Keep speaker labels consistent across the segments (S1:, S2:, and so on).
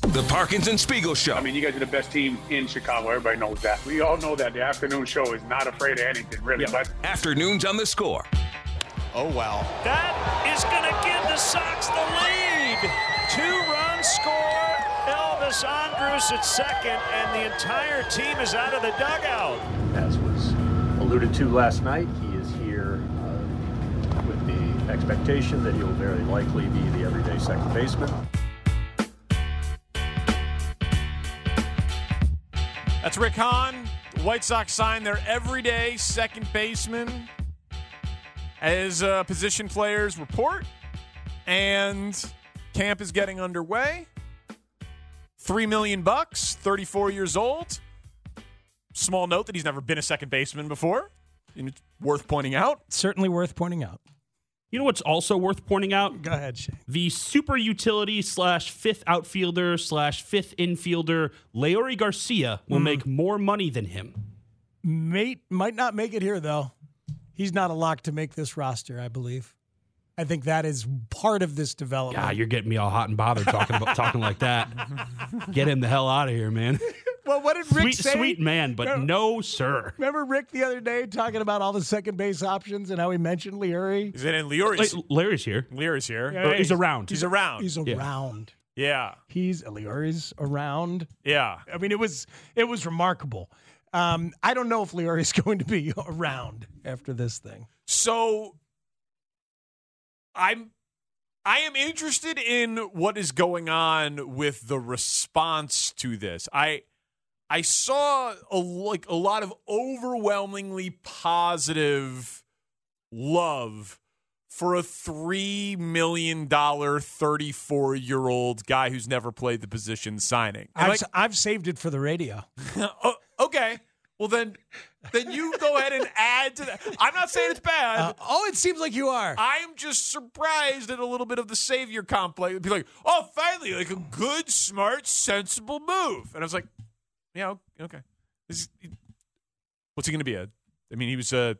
S1: The Parkinson Spiegel Show.
S2: I mean, you guys are the best team in Chicago. Everybody knows that. We all know that the afternoon show is not afraid of anything, really. But
S1: Afternoons on the score.
S3: Oh, wow.
S4: That is going to give the Sox the lead. Two run score. Elvis Andrus at second, and the entire team is out of the dugout.
S5: as was alluded to last night, he is here uh, with the expectation that he will very likely be the everyday second baseman.
S6: That's Rick Hahn. The White Sox sign their everyday second baseman as uh, position players report, and camp is getting underway. Three million bucks, 34 years old. Small note that he's never been a second baseman before. And it's worth pointing out.
S7: Certainly worth pointing out.
S8: You know what's also worth pointing out?
S7: Go ahead, Shane.
S8: The super utility slash fifth outfielder slash fifth infielder, Leori Garcia,
S7: Mm-hmm.
S8: will make more money than him.
S7: Mate might not make it here though. He's not a lock to make this roster, I believe. I think that is part of this development.
S8: Ah, you're getting me all hot and bothered talking about talking like that. Get him the hell out of here, man.
S7: well, what did Rick
S8: sweet,
S7: say?
S8: sweet man, but no, sir.
S7: Remember Rick the other day talking about all the second base options and how he mentioned Leary?
S6: Is it in Leary's?
S8: Like, Larry's here.
S6: Leary's here.
S8: Or he's around.
S6: He's around.
S7: He's around.
S6: yeah.
S7: He's Leary's around.
S6: Yeah.
S7: I mean, it was it was remarkable. Um, I don't know if Leary's going to be around after this thing.
S6: So I'm I am interested in what is going on with the response to this. I I saw a, like a lot of overwhelmingly positive love for a three million dollar, thirty four year old guy who's never played the position signing. And,
S7: I've,
S6: like,
S7: s- I've saved it for the radio.
S6: oh, okay, well then, then you go ahead and add to that. I'm not saying it's bad.
S7: Uh, oh, it seems like you are.
S6: I'm just surprised at a little bit of the savior complex. Be like, oh, finally, like a good, smart, sensible move. And I was like, yeah, o- okay. This is- what's he going to be? A, I mean, he was a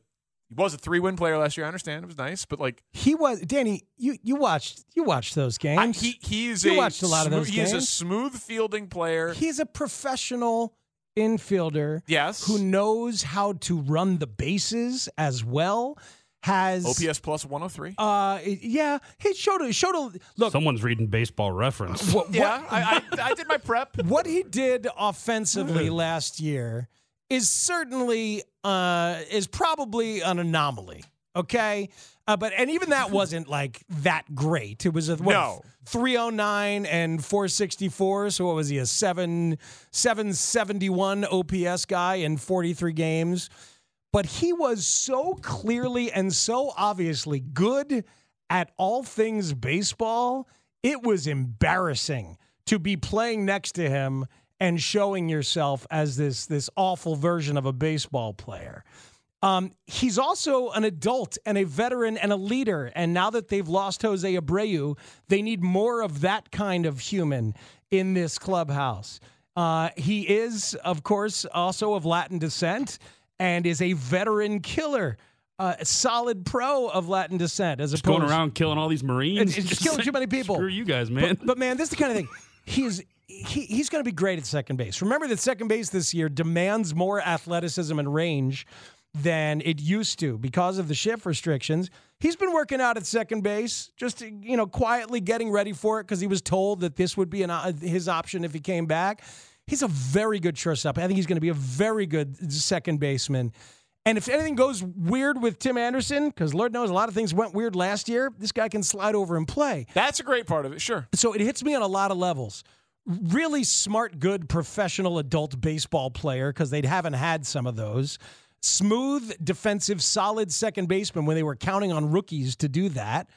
S6: he was a three win player last year. I understand it was nice, but like
S7: He was Danny. You you watched you watched those
S6: I,
S7: games.
S6: he he is
S7: You
S6: a
S7: watched a lot of
S6: smo-
S7: those
S6: He is a
S7: games.
S6: smooth fielding player.
S7: He's a professional infielder.
S6: Yes.
S7: who knows how to run the bases as well. Has
S6: OPS plus 103.
S7: Uh, yeah. He showed a showed a look.
S8: Someone's reading baseball reference.
S7: what,
S6: yeah,
S7: what-
S6: I, I, I did my prep.
S7: what he did offensively last year is certainly uh, is probably an anomaly. Okay, uh, but and even that wasn't like that great. It was a what,
S6: No.
S7: 309 and 464. So what was he a seven 771 OPS guy in 43 games? But he was so clearly and so obviously good at all things baseball. It was embarrassing to be playing next to him and showing yourself as this this awful version of a baseball player. Um, he's also an adult and a veteran and a leader. And now that they've lost Jose Abreu, they need more of that kind of human in this clubhouse. Uh, he is, of course, also of Latin descent and is a veteran killer, uh, a solid pro of Latin descent, as
S8: Just
S7: opposed
S8: going around killing all these Marines.
S7: It's- it's just killing too many people.
S8: Screw you guys, man.
S7: But, but man, this is the kind of thing. He is he, he's going to be great at second base. Remember that second base this year demands more athleticism and range than it used to because of the shift restrictions. He's been working out at second base, just you know, quietly getting ready for it because he was told that this would be an, uh, his option if he came back. He's a very good shortstop. I think he's going to be a very good second baseman. And if anything goes weird with Tim Anderson, because Lord knows a lot of things went weird last year, this guy can slide over and play.
S6: That's a great part of it, sure.
S7: So it hits me on a lot of levels. Really smart, good professional adult baseball player, because they haven't had some of those. Smooth, defensive, solid second baseman when they were counting on rookies to do that.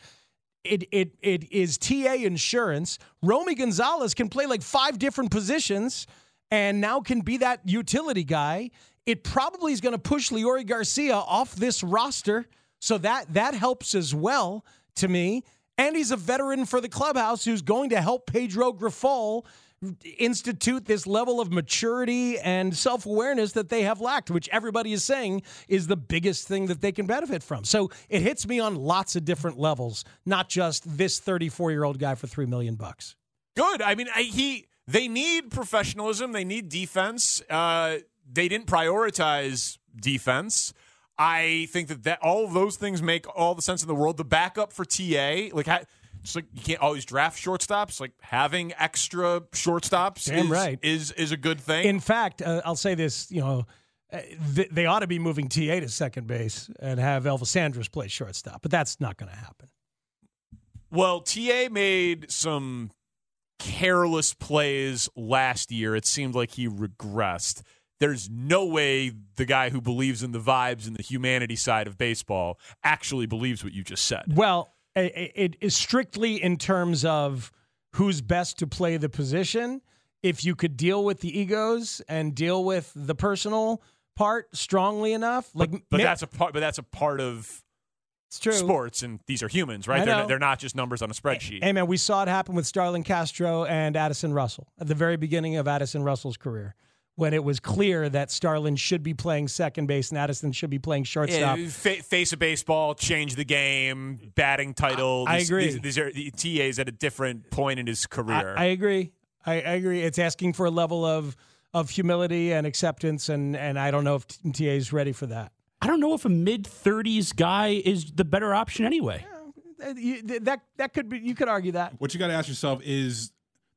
S7: It, it, it is TA insurance. Romy Gonzalez can play like five different positions and now can be that utility guy it probably is going to push Leori Garcia off this roster. So that that helps as well to me. And he's a veteran for the clubhouse who's going to help Pedro Grifol institute this level of maturity and self-awareness that they have lacked, which everybody is saying is the biggest thing that they can benefit from. So it hits me on lots of different levels, not just this 34-year-old guy for 3 million bucks.
S6: Good. I mean, I, he they need professionalism, they need defense. Uh they didn't prioritize defense. I think that, that all of those things make all the sense in the world. The backup for TA, like it's like you can't always draft shortstops. Like having extra shortstops,
S7: Damn
S6: is,
S7: right.
S6: is is a good thing.
S7: In fact, uh, I'll say this: you know, uh, th- they ought to be moving TA to second base and have Elvis Sanders play shortstop, but that's not going to happen.
S6: Well, TA made some careless plays last year. It seemed like he regressed there's no way the guy who believes in the vibes and the humanity side of baseball actually believes what you just said.
S7: Well, it is strictly in terms of who's best to play the position. If you could deal with the egos and deal with the personal part strongly enough,
S6: like but, but that's a part. But that's a part of
S7: it's true.
S6: sports, and these are humans, right?
S7: I
S6: They're
S7: know.
S6: not, they're not just numbers on a spreadsheet.
S7: Hey man, we saw it happen with Starlin Castro and Addison Russell at the very beginning of Addison Russell's career. When it was clear that Starlin should be playing second base and Addison should be playing shortstop,
S6: Yeah, fa- face of baseball, change the game, batting title.
S7: I
S6: These-
S7: agree.
S6: These, these are the TA's at a different point in his career.
S7: I, I agree. I, I agree. It's asking for a level of of humility and acceptance, and and I don't know if TA is ready for that.
S8: I don't know if a mid 30s guy is the better option anyway.
S7: Uh, you- th- That that could be. You could argue that.
S9: What you got to ask yourself is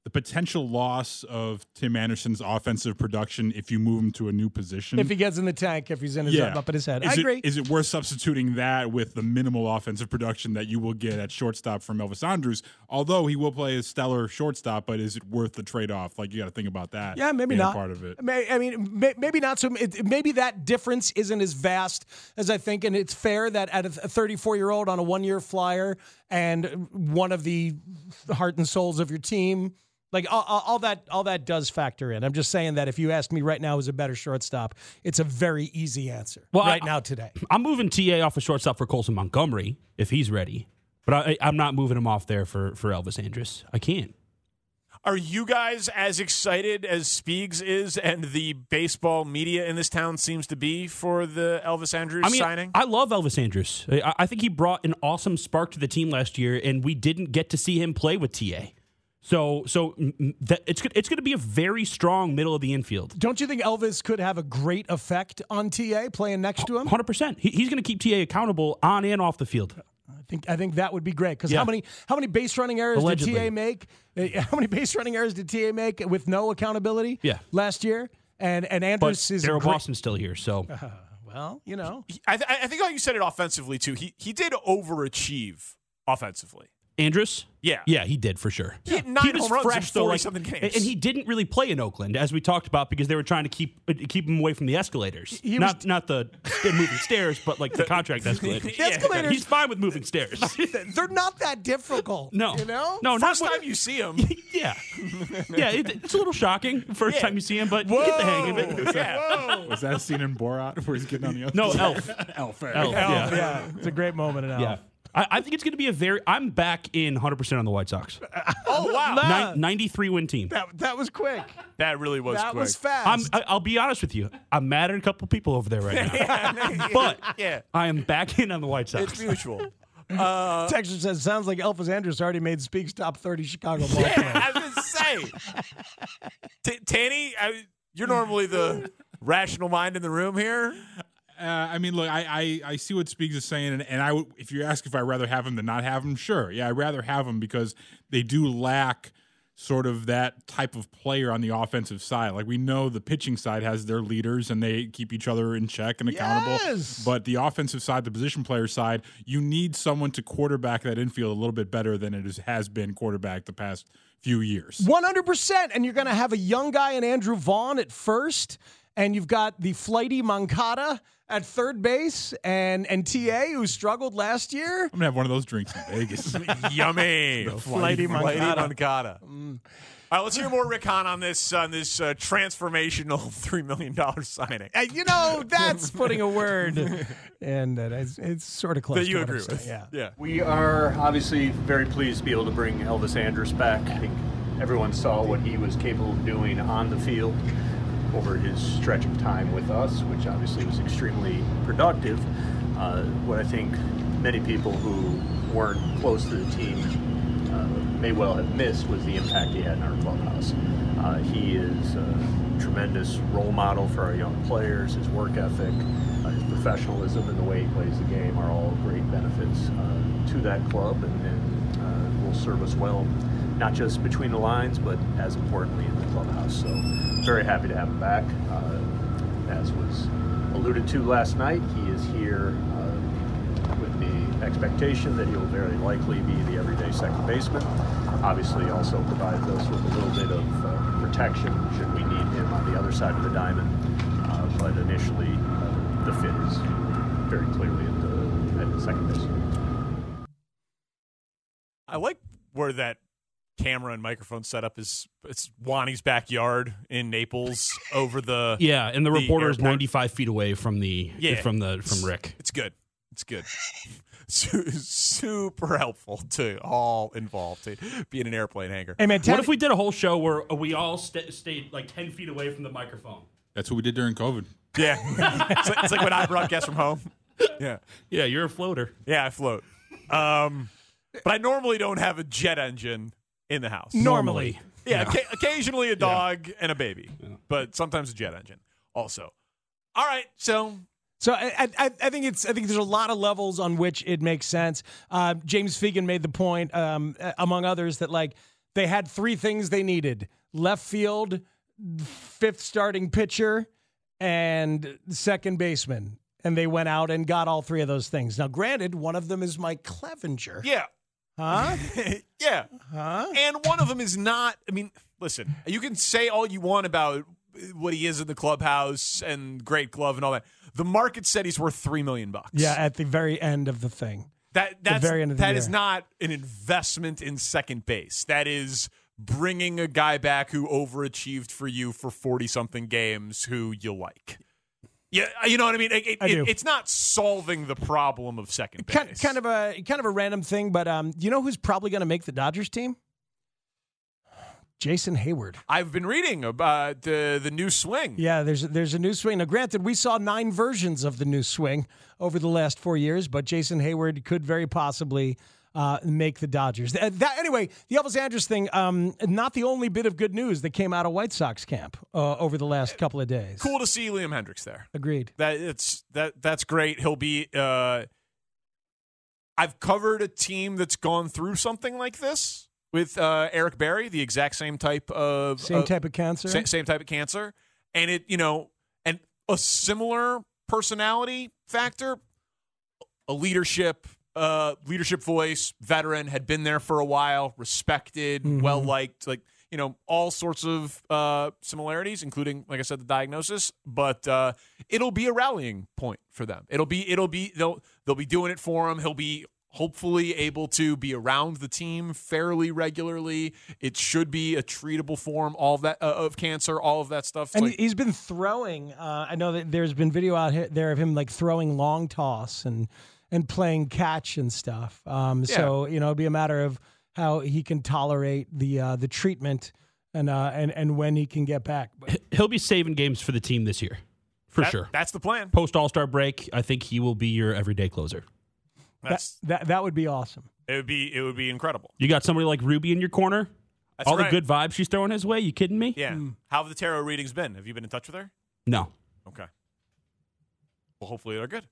S9: the potential loss of Tim Anderson's offensive production if you move him to a new position.
S7: If he gets in the tank, if he's in his up in his head,
S9: Is
S7: I
S9: it-
S7: agree.
S9: is it worth substituting that with the minimal offensive production that you will get at shortstop from Elvis Andrews? Although he will play a stellar shortstop, but is it worth the trade off? Like you got to think about that.
S7: Yeah, maybe
S9: being a
S7: not.
S9: part of it.
S7: May, I mean, may, maybe not so. It, maybe that difference isn't as vast as I think, and it's fair that at a 34 year old on a one year flyer and one of the heart and souls of your team, like all, all all that, all that does factor in. I'm just saying that if you asked me right now, is a better shortstop? It's a very easy answer
S8: Well,
S7: right
S8: I-
S7: now today.
S8: I'm moving TA off of shortstop for Colson Montgomery if he's ready, but I, I'm not moving him off there for, for Elvis Andrus. I can't.
S6: Are you guys as excited as Speegs is and the baseball media in this town seems to be for the Elvis Andrews
S8: I mean,
S6: signing?
S8: I love Elvis Andrus. I, I think he brought an awesome spark to the team last year, and we didn't get to see him play with TA. So, so mm, mm, that, it's go- it's going to be a very strong middle of the infield.
S7: Don't you think Elvis could have a great effect on TA playing next to him?
S8: Hundred percent. He's going to keep TA accountable on and off the field.
S7: I think I think that would be great because
S8: Yeah.
S7: how many how many base running errors did
S8: Allegedly.
S7: TA make? Uh, How many base running errors did TA make with no accountability?
S8: Yeah.
S7: last year and and
S8: But
S7: Andrus is a
S8: Daryl
S7: great-
S8: Boston's still here, so
S7: Well, you know,
S6: I, th- I think how you said it offensively too. He he did overachieve offensively.
S8: Andrus.
S6: Yeah.
S8: yeah, he did for sure.
S6: He hit nine
S8: he was
S6: home runs
S8: fresh
S6: in
S8: though,
S6: 40
S8: like,
S6: something games.
S8: and and he didn't really play in Oakland, as we talked about, because they were trying to keep uh, keep him away from the escalators.
S7: He
S8: not not the st- moving stairs, but like the contract escalators.
S7: The escalators-
S8: He's fine with moving stairs.
S7: they're not that difficult.
S8: No,
S7: you know,
S8: no,
S6: First
S8: not
S6: time you see him,
S8: yeah, yeah. It, it's a little shocking first
S6: Yeah.
S8: time you see him, but you get the hang of it.
S6: Whoa. Yeah.
S9: Was that a scene in Borat where he's getting on the
S8: No, Elf.
S9: elf, eh?
S8: Elf, yeah.
S7: yeah, it's a great moment in Elf.
S8: Yeah. I, I think it's going to be a very. I'm back in 100 percent on the White Sox.
S6: Oh wow,
S7: Nah.
S8: Nin- 93 win team.
S7: That, that was quick.
S6: that really was
S7: that
S6: quick.
S7: was fast.
S8: I'm, I- I'll be honest with you. I'm mad at a couple people over there right now, but
S6: yeah,
S8: I am back in on the White Sox.
S6: it's mutual. Uh,
S7: Texas says sounds like Elvis Andrus already made Speaks top thirty Chicago ball. player."
S6: I was gonna say, T- Tanny, I, you're normally the rational mind in the room here.
S9: Uh, I mean, look, I, I, I see what Speaks is saying, and, and I would, if you ask if I rather have him than not have him, sure, yeah, I would rather have him because they do lack sort of that type of player on the offensive side. Like we know the pitching side has their leaders and they keep each other in check and accountable.
S7: Yes!
S9: But the offensive side, the position player side, you need someone to quarterback that infield a little bit better than it is, has been quarterback the past few years.
S7: One hundred percent, and you're going to have a young guy in Andrew Vaughn at first, and you've got the flighty Mancada at third base, and and Ta who struggled last year.
S9: I'm gonna have one of those drinks in Vegas.
S6: Yummy.
S9: The
S6: Flighty
S9: Flighty Moncada.
S6: Moncada. All right, let's hear more Rick Hahn on this on this uh, transformational three million dollar signing.
S7: And Uh, you know that's putting a word, and that it's, it's sort of close.
S6: That
S7: to
S6: you
S7: what
S6: agree
S7: I'm saying,
S6: with.
S7: yeah.
S6: Yeah.
S5: We are obviously very pleased to be able to bring Elvis Andrus back. I think everyone saw what he was capable of doing on the field over his stretch of time with us, which obviously was extremely productive. Uh, what I think many people who weren't close to the team uh, may well have missed was the impact he had in our clubhouse. Uh, he is a tremendous role model for our young players. His work ethic, uh, his professionalism, and the way he plays the game are all great benefits uh, to that club and, and uh, will serve us well, not just between the lines, but as importantly in the clubhouse. So, very happy to have him back. Uh, as was alluded to last night, he is here uh, with the expectation that he'll very likely be the everyday second baseman. Obviously, also provides us with a little bit of uh, protection should we need him on the other side of the diamond. Uh, but initially, uh, the fit is very clearly at the at second base.
S6: I like where that camera and microphone setup is. It's Wani's backyard in Naples over the
S8: Yeah, and the, reporter is
S6: airport.
S8: 95 feet away from the
S6: Yeah.
S8: from the from Rick.
S6: It's good. It's good. Su- Super helpful to all involved to be in an airplane hangar.
S8: what if we did a whole show where we all sta stayed like 10 feet away from the microphone?
S9: That's what we did during COVID.
S6: Yeah. it's, like, it's like when I broadcast from home. Yeah.
S8: Yeah, you're a floater.
S6: Yeah, I float. Um, but I normally don't have a jet engine in the house.
S8: Normally.
S6: Yeah, occa- occasionally a dog and a baby, but sometimes a jet engine also. All right, so
S7: So I, I, I think it's I think there's a lot of levels on which it makes sense. Uh, James Fegan made the point, um, a- among others, that like they had three things they needed: left field, fifth starting pitcher, and second baseman. And they went out and got all three of those things. Now, granted, one of them is Mike Clevenger.
S6: Yeah.
S7: Huh?
S6: yeah. And one of them is not. I mean, listen, you can say all you want about what he is in the clubhouse and great glove and all that. The market said he's worth three million bucks.
S7: yeah, at the very end of the thing.
S6: That
S7: The
S6: that's
S7: very end of the
S6: that is
S7: year.
S6: not an investment in second base. That is bringing a guy back who overachieved for you for forty something games who you like. Yeah, uh, you know what I mean. It- it-
S7: I do.
S6: it- it's not solving the problem of second base.
S7: Kind, kind of a kind of a random thing, but um, you know who's probably going to make the Dodgers team? Jason Hayward.
S6: I've been reading about the the new swing.
S7: Yeah, there's there's a new swing. Now, granted, we saw nine versions of the new swing over the last four years, but Jason Hayward could very possibly uh, make the Dodgers. Th- that- anyway, the Elvis Andrews thing, um, not the only bit of good news that came out of White Sox camp uh, over the last couple of days.
S6: Cool to see Liam Hendricks there.
S7: Agreed.
S6: That it's that that's great. He'll be. Uh, I've covered a team that's gone through something like this with uh, Eric Berry, the exact same type of
S7: Same type of cancer.
S6: sa- same type of cancer, and it you know, and a similar personality factor, a leadership, uh, leadership voice, veteran, had been there for a while, respected,
S7: Mhm.
S6: well liked, like you know, all sorts of uh, similarities, including like I said, the diagnosis. But uh, it'll be a rallying point for them. It'll be it'll be they'll they'll be doing it for him. He'll be hopefully able to be around the team fairly regularly. It should be a treatable form, all of that uh, of cancer, all of that stuff. It's
S7: And
S6: like-
S7: he's been throwing. Uh, I know that there's been video out here, there of him like throwing long toss and and playing catch and stuff. Um, So you know, it'd be a matter of how he can tolerate the uh, the treatment and uh, and and when he can get back. But
S8: He'll be saving games for the team this year. For
S6: That-
S8: sure.
S6: That's the plan.
S8: Post All Star break, I think he will be your everyday closer.
S7: that,
S6: That's
S7: that that would be awesome.
S6: it would be it would be incredible.
S8: You got somebody like Ruby in your corner.
S6: That's
S8: All
S6: right.
S8: the good Mm. vibes she's throwing his way. You kidding me?
S6: Yeah. How have the tarot readings been? Have you been in touch with her?
S8: No.
S6: Okay.
S10: Well, hopefully they're good.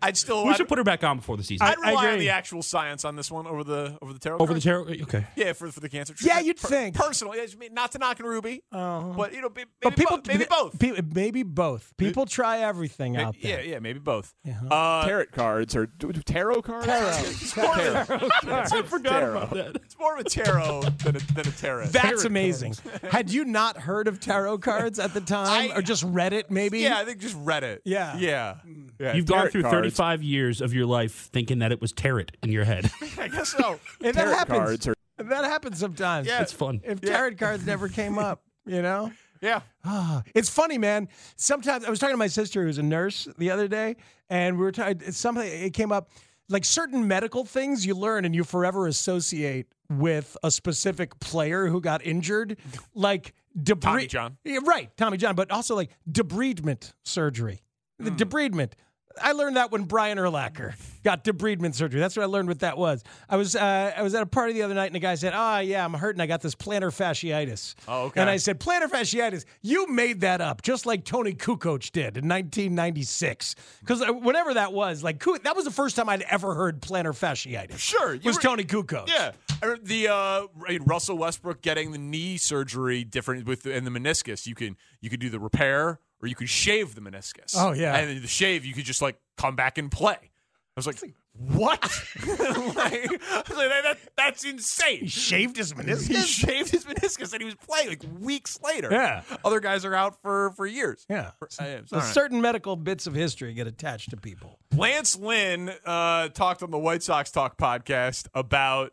S10: I'd still.
S8: we
S10: I'd,
S8: should put her back on before the season.
S10: I'd Oh, rely on the actual science on this one over the over the tarot.
S8: Over the
S10: cards.
S8: tarot. Okay.
S10: Yeah, for for the cancer.
S7: Yeah, you'd think. Uh-huh.
S10: personally. it's me- Not to knock on Ruby, but you know, maybe,
S7: But people,
S10: both, maybe both.
S7: pe- maybe both. People try everything out there.
S10: Yeah, yeah, maybe both.
S11: Uh, tarot cards or do- do tarot cards?
S10: It's more of a- it's a-
S11: Tarot.
S10: It's more of a tarot than a, than a tarot.
S7: That's amazing. Had you not heard of tarot cards at the time, or just read it maybe?
S10: Yeah, I think just Reddit.
S7: Yeah. Mm.
S10: yeah. yeah.
S8: You've
S10: Tarot
S8: gone through
S10: cards.
S8: 35 years of your life thinking that it was tarot in your head.
S10: I guess so.
S7: And that happens. that happens sometimes.
S8: Yeah. It's fun.
S7: If
S8: Yeah.
S7: tarot cards never came up, you know.
S10: Yeah.
S7: Ah, it's funny, man. Sometimes I was talking to my sister who's a nurse the other day, and we were talking. Something it came up, like certain medical things you learn and you forever associate with a specific player who got injured, like debris.
S10: Tommy John.
S7: Yeah, right, Tommy John, but also like debridement surgery. The
S10: Hmm.
S7: debridement. I learned that when Brian Erlacher got debridement surgery. That's what I learned what that was. I was uh, I was at a party the other night and a guy said, "Ah, yeah, I'm hurting. I got this plantar fasciitis."
S10: Oh, okay.
S7: And I said, "Plantar fasciitis. You made that up, just like Tony Kukoc did in 1996. Because whenever uh, that was, like Ku- that was the first time I'd ever heard plantar fasciitis.
S10: Sure, you
S7: was
S10: were-
S7: Tony Kukoc.
S10: Yeah, I remember the uh, I mean, Russell Westbrook getting the knee surgery different with the, and the meniscus. You can you could do the repair or you could shave the meniscus.
S7: Oh, yeah.
S10: and then the shave you could just like come back and play. I was like, what? like, I was like, that, that- that's insane. He
S7: shaved his meniscus.
S10: He shaved his meniscus and he was playing like weeks later.
S7: Yeah.
S10: other guys are out for for years.
S7: Yeah,
S10: For- I- it's
S7: So
S10: all right.
S7: certain medical bits of history get attached to people.
S10: Lance Lynn uh, talked on the White Sox Talk podcast about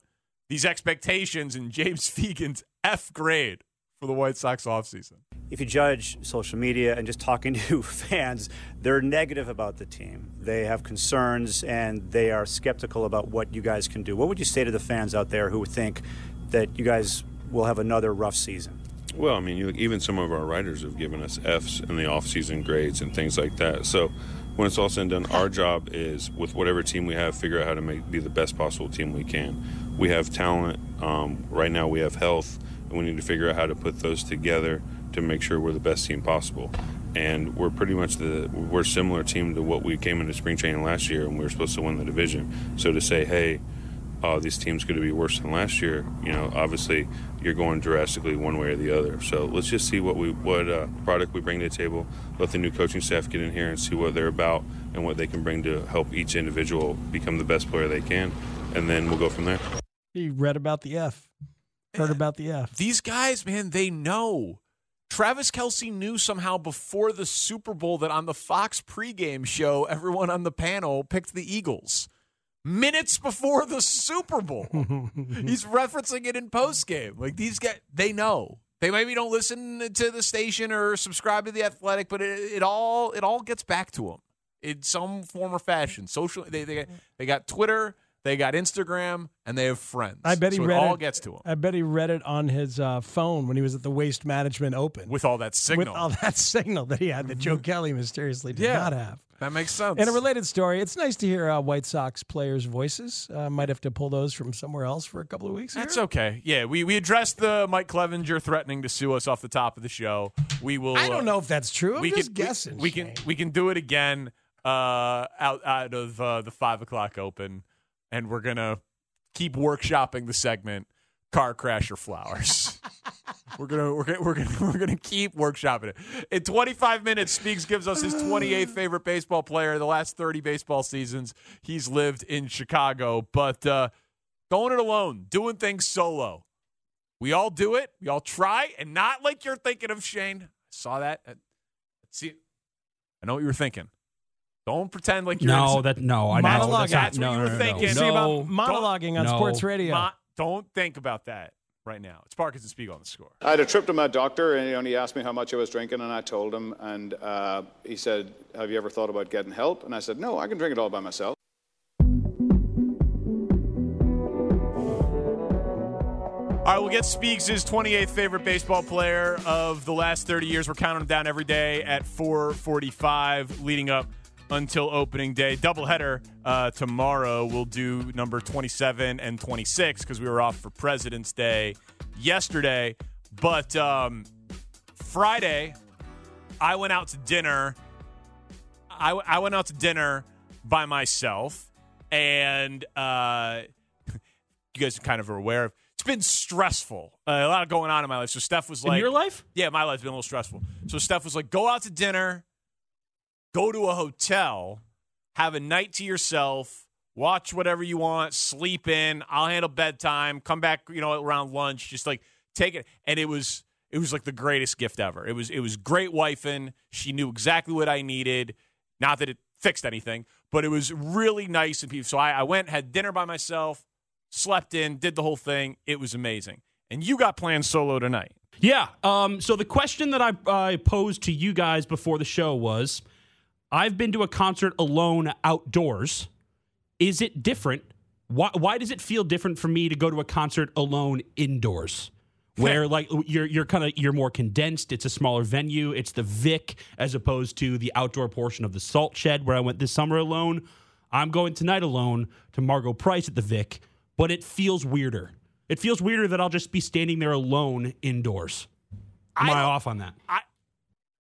S10: these expectations and James Fegan's F grade for the White Sox offseason.
S12: if you judge social media and just talking to fans, they're negative about the team. They have concerns and they are skeptical about what you guys can do. What would you say to the fans out there who think that you guys will have another rough season?
S6: Well, I mean, you look, even some of our writers have given us Fs in the off-season grades and things like that. So when it's all said and done, our job is with whatever team we have, figure out how to make be the best possible team we can. We have talent um, right now. We have health, and we need to figure out how to put those together to make sure we're the best team possible. And we're pretty much the we're a similar team to what we came into spring training last year, and we were supposed to win the division. So to say, hey, oh, this team's going to be worse than last year. You know, obviously, you're going drastically one way or the other. So let's just see what we what uh, product we bring to the table. Let the new coaching staff get in here and see what they're about and what they can bring to help each individual become the best player they can, and then we'll go from there.
S7: He read about the F, heard about the F.
S10: These guys, man, they know. Travis Kelsey knew somehow before the Super Bowl that on the Fox pregame show, everyone on the panel picked the Eagles. Minutes before the Super Bowl, he's referencing it in postgame. Like these guys, they know. They maybe don't listen to the station or subscribe to the Athletic, but it, it all it all gets back to them in some form or fashion. Social, they they, they got Twitter, they got Instagram, and they have friends.
S7: I bet he
S10: So
S7: read
S10: it all
S7: it.
S10: gets to him.
S7: I bet he read it on his uh, phone when he was at the Waste Management Open
S10: with all that signal. Mm-hmm.
S7: With all that signal that he had that Joe Kelly mysteriously did
S10: Yeah.
S7: not have.
S10: That makes sense.
S7: In a related story, it's nice to hear uh, White Sox players' voices. Uh, might have to pull those from somewhere else for a couple of weeks.
S10: That's okay. Yeah, we, we addressed the Mike Clevenger threatening to sue us off the top of the show. We will.
S7: I don't know if that's true. I'm
S10: we
S7: just
S10: can,
S7: guessing.
S10: We, we can we can do it again uh, out out of uh, the five o'clock open, and we're gonna keep workshopping the segment car crash or flowers. we're gonna we're gonna we're gonna we're gonna keep workshopping it. In 25 minutes, Speaks gives us his 28th favorite baseball player the last 30 baseball seasons he's lived in Chicago. But uh, going it alone, doing things solo. We all do it. We all try, and not like you're thinking of Shane. I saw that. I- See, I know what you were thinking. Don't pretend like you're
S8: No,
S10: innocent.
S8: Oh, that- no, I know. Monologue.
S10: That's what
S8: No,
S10: you
S8: no,
S10: were
S8: no, no.
S10: thinking.
S8: See about
S7: No. monologuing on No. sports radio.
S10: don't think about that right now. It's Parkinson Spiegel on the score.
S13: I had a trip to my doctor, and you know, he asked me how much I was drinking, and I told him, and uh, he said, "Have you ever thought about getting help?" And I said, "No, I can drink it all by myself."
S10: All right, we'll get Speaks' 28th favorite baseball player of the last 30 years. We're counting them down every day at 4:45, leading up until opening day. Doubleheader uh, tomorrow. We'll do number 27 and 26 because we were off for President's Day yesterday. But um, Friday, I went out to dinner. I, w- I went out to dinner by myself, and uh, you guys kind of are aware of. It's been stressful. Uh, a lot going on in my life. So Steph was
S8: In
S10: like,
S8: your life?
S10: Yeah, my life's been a little stressful. So Steph was like, "Go out to dinner, go to a hotel, have a night to yourself, watch whatever you want, sleep in. I'll handle bedtime. Come back, you know, around lunch. Just like take it." And it was it was like the greatest gift ever. It was it was great wifing. She knew exactly what I needed. Not that it fixed anything, but it was really nice and people. So I, I went, had dinner by myself, slept in, did the whole thing. It was amazing. And you got plans solo tonight.
S8: Yeah. Um, so the question that I, I posed to you guys before the show was I've been to a concert alone outdoors. Is it different? Why, why does it feel different for me to go to a concert alone indoors? Where like you're you're kind of you're more condensed. It's a smaller venue. It's the Vic as opposed to the outdoor portion of the Salt Shed where I went this summer alone. I'm going tonight alone to Margot Price at the Vic, but it feels weirder. It feels weirder that I'll just be standing there alone indoors. Am I, off on that?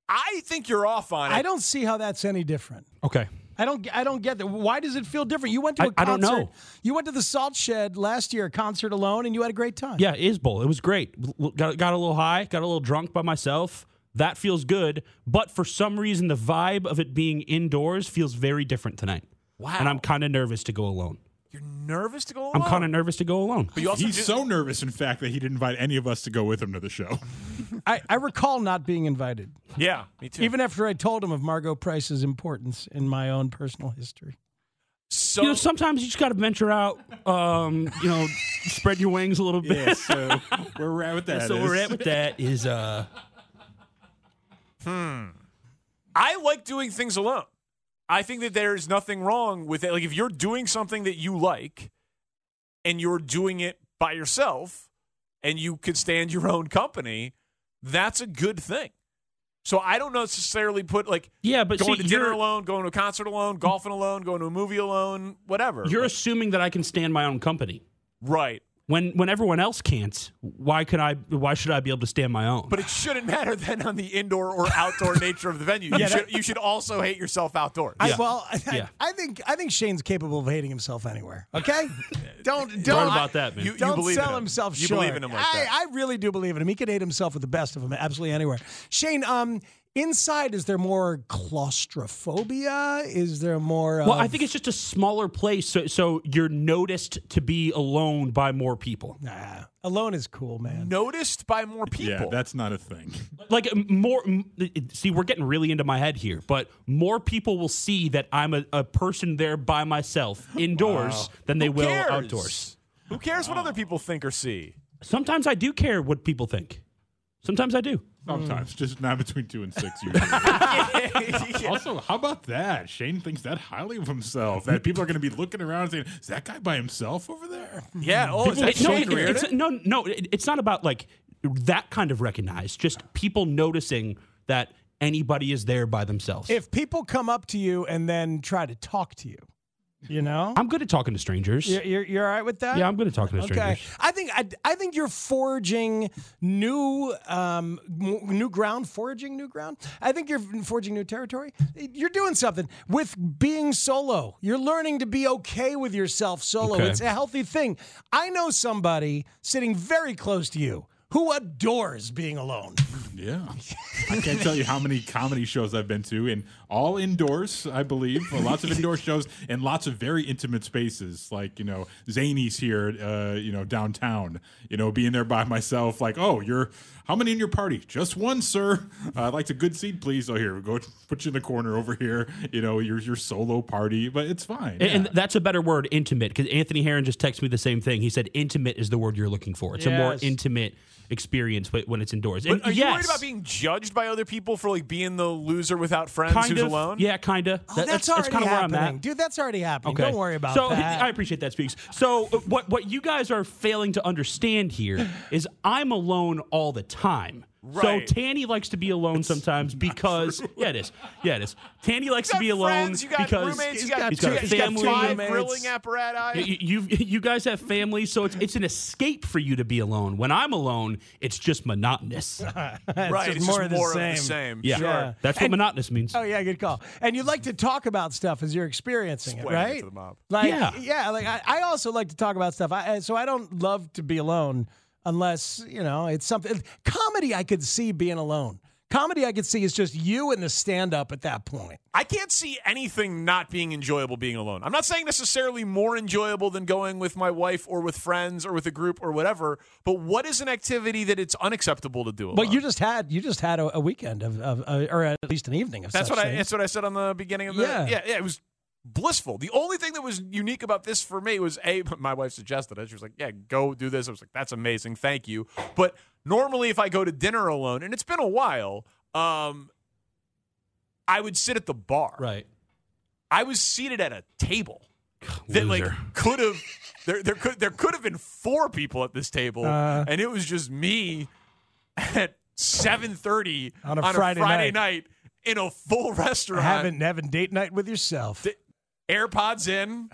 S10: I think you're off on it.
S7: I don't see how that's any different.
S8: Okay.
S7: I don't. I don't get that. Why does it feel different? You went to
S8: I-
S7: a concert.
S8: I don't know.
S7: You went to the Salt Shed last year, a concert alone, and you had a great time.
S8: Yeah, is bowl. It was great. L- Got, got a little high, got a little drunk by myself. That feels good. But for some reason, the vibe of it being indoors feels very different tonight.
S10: Wow.
S8: And I'm kind of nervous to go alone.
S10: Nervous to go alone.
S8: I'm kind of nervous to go alone.
S10: But you also
S9: He's
S10: do-
S9: so nervous, in fact, that he didn't invite any of us to go with him to the show.
S7: I, I recall not being invited,
S10: Yeah, me too.
S7: even after I told him of Margot Price's importance in my own personal history.
S10: So
S8: you know, sometimes you just got to venture out. Um, you know, spread your wings a little bit.
S9: Yeah, so where we're at with that
S8: so
S9: is-
S8: we're at with that is uh,
S10: Hmm. I like doing things alone. I think that there is nothing wrong with it. Like if you're doing something that you like and you're doing it by yourself and you could stand your own company, that's a good thing. So I don't necessarily put like
S8: Yeah, but
S10: going
S8: see,
S10: to dinner
S8: you're-
S10: alone, going to a concert alone, golfing alone, going to a movie alone, whatever.
S8: you're assuming that I can stand my own company.
S10: Right.
S8: When when everyone else can't, why could I? Why should I be able to stand my own?
S10: But it shouldn't matter then on the indoor or outdoor nature of the venue. You,
S8: Yeah,
S10: should,
S8: that-
S10: you should also hate yourself outdoors.
S7: I, well, I,
S10: Yeah.
S7: I think I think Shane's capable of hating himself anywhere. Okay, don't don't
S10: Right about that, man. You- you
S7: don't
S10: believe in
S7: sell
S10: him.
S7: himself
S10: You
S7: short.
S10: believe in him like
S7: I,
S10: that.
S7: I really do believe in him. He could hate himself with the best of him, absolutely anywhere. Shane, um, inside is there more claustrophobia? Is there more?
S8: Well,
S7: of-
S8: I think it's just a smaller place, so so you're noticed to be alone by more people.
S7: Nah, uh, alone is cool, man.
S10: Noticed by more people.
S9: Yeah, that's not a thing.
S8: Like m- more. m- See, we're getting really into my head here, but more people will see that I'm a, a person there by myself indoors
S10: Wow.
S8: than they
S10: Who
S8: will
S10: cares?
S8: outdoors.
S10: Who cares what other people think or see?
S8: Sometimes I do care what people think. Sometimes I do.
S9: Sometimes, just not between two and six usually. Also, how about that? Shane thinks that highly of himself that people are going to be looking around and saying, "Is that guy by himself over there?"
S10: Yeah. Oh, is
S8: People-
S10: that
S8: no,
S10: Shane Reardon?
S8: it's, no, no, it- it's not about like that kind of recognized. Just people noticing that anybody is there by themselves.
S7: if people come up to you and then try to talk to you, you know,
S8: I'm good at talking to strangers.
S7: You're, you're, you're all right with that?
S8: Yeah, I'm good at talking to
S7: Okay,
S8: strangers.
S7: I think I, I think you're forging new um m- new ground, foraging new ground. I think you're forging new territory. You're doing something with being solo. You're learning to be okay with yourself solo.
S8: Okay.
S7: It's a healthy thing. I know somebody sitting very close to you who adores being alone.
S9: Yeah. I can't tell you how many comedy shows I've been to, and all indoors, I believe. Well, lots of indoor shows and lots of very intimate spaces, like you know, Zany's here, uh, you know, downtown. You know, being there by myself, like, oh, you're how many in your party? Just one, sir. Uh, I'd like to good seat, please. Oh, here, go put you in the corner over here. You know, your your solo party, but it's fine.
S8: And- And that's a better word, intimate, because Anthony Heron just texted me the same thing. He said, "Intimate is the word you're looking for. It's a more
S10: Yes.
S8: intimate experience wh- when it's indoors."
S10: But
S8: And
S10: are you
S8: yes,
S10: worried about being judged by other people for like being the loser without friends
S8: kind
S10: who's
S8: of,
S10: alone?
S8: Yeah, kind of.
S7: Oh, that's, already
S8: kind of where I'm
S7: happening,
S8: at.
S7: dude. That's already happening. Don't worry about
S8: so,
S7: that.
S8: I appreciate that, Speaks. So, uh, what what you guys are failing to understand here is I'm alone all the time. So
S6: Right.
S8: Tanny likes to be alone sometimes because yeah, it is. Yeah, it is. Tanny likes to be alone
S6: friends, you got
S8: because
S6: roommates, you got,
S8: he's
S6: two,
S8: got
S6: you got
S8: family.
S6: five grilling apparatus.
S8: You, you you've- you guys have family, so it's it's an escape for you to be alone. When I'm alone, it's just monotonous.
S6: Right, it's just more of the same,
S8: Yeah,
S6: sure. Yeah.
S8: that's what
S7: And-
S8: monotonous means.
S7: Oh yeah, good call. And you like to talk about stuff as you're experiencing it,
S8: Explaining it
S7: right?
S8: to the mob.
S7: Like
S8: Yeah.
S7: yeah, like I, I also like to talk about stuff. I, I- so I don't love to be alone unless you know it's something. Comedy, I could see being alone. Comedy, I could see is just you and the stand up at that point.
S6: I can't see anything not being enjoyable being alone. I'm not saying necessarily more enjoyable than going with my wife or with friends or with a group or whatever, but what is an activity that it's unacceptable to do alone?
S7: But you just had you just had a, a weekend of, of uh, or at least an evening of
S6: That's
S7: such
S6: what I.
S7: things.
S6: That's what I said on the beginning of the.
S7: Yeah.
S6: yeah, It was blissful. The only thing that was unique about this for me was a. My wife suggested it. She was like, "Yeah, go do this." I was like, "That's amazing, thank you." But normally, if I go to dinner alone, and it's been a while, um, I would sit at the bar.
S8: Right.
S6: I was seated at a table that
S8: Loser.
S6: like could have there there could there could have been four people at this table,
S7: Uh.
S6: and it was just me at seven thirty
S7: On a Friday
S6: night. in a full restaurant.
S7: Having having date night with yourself.
S6: AirPods in,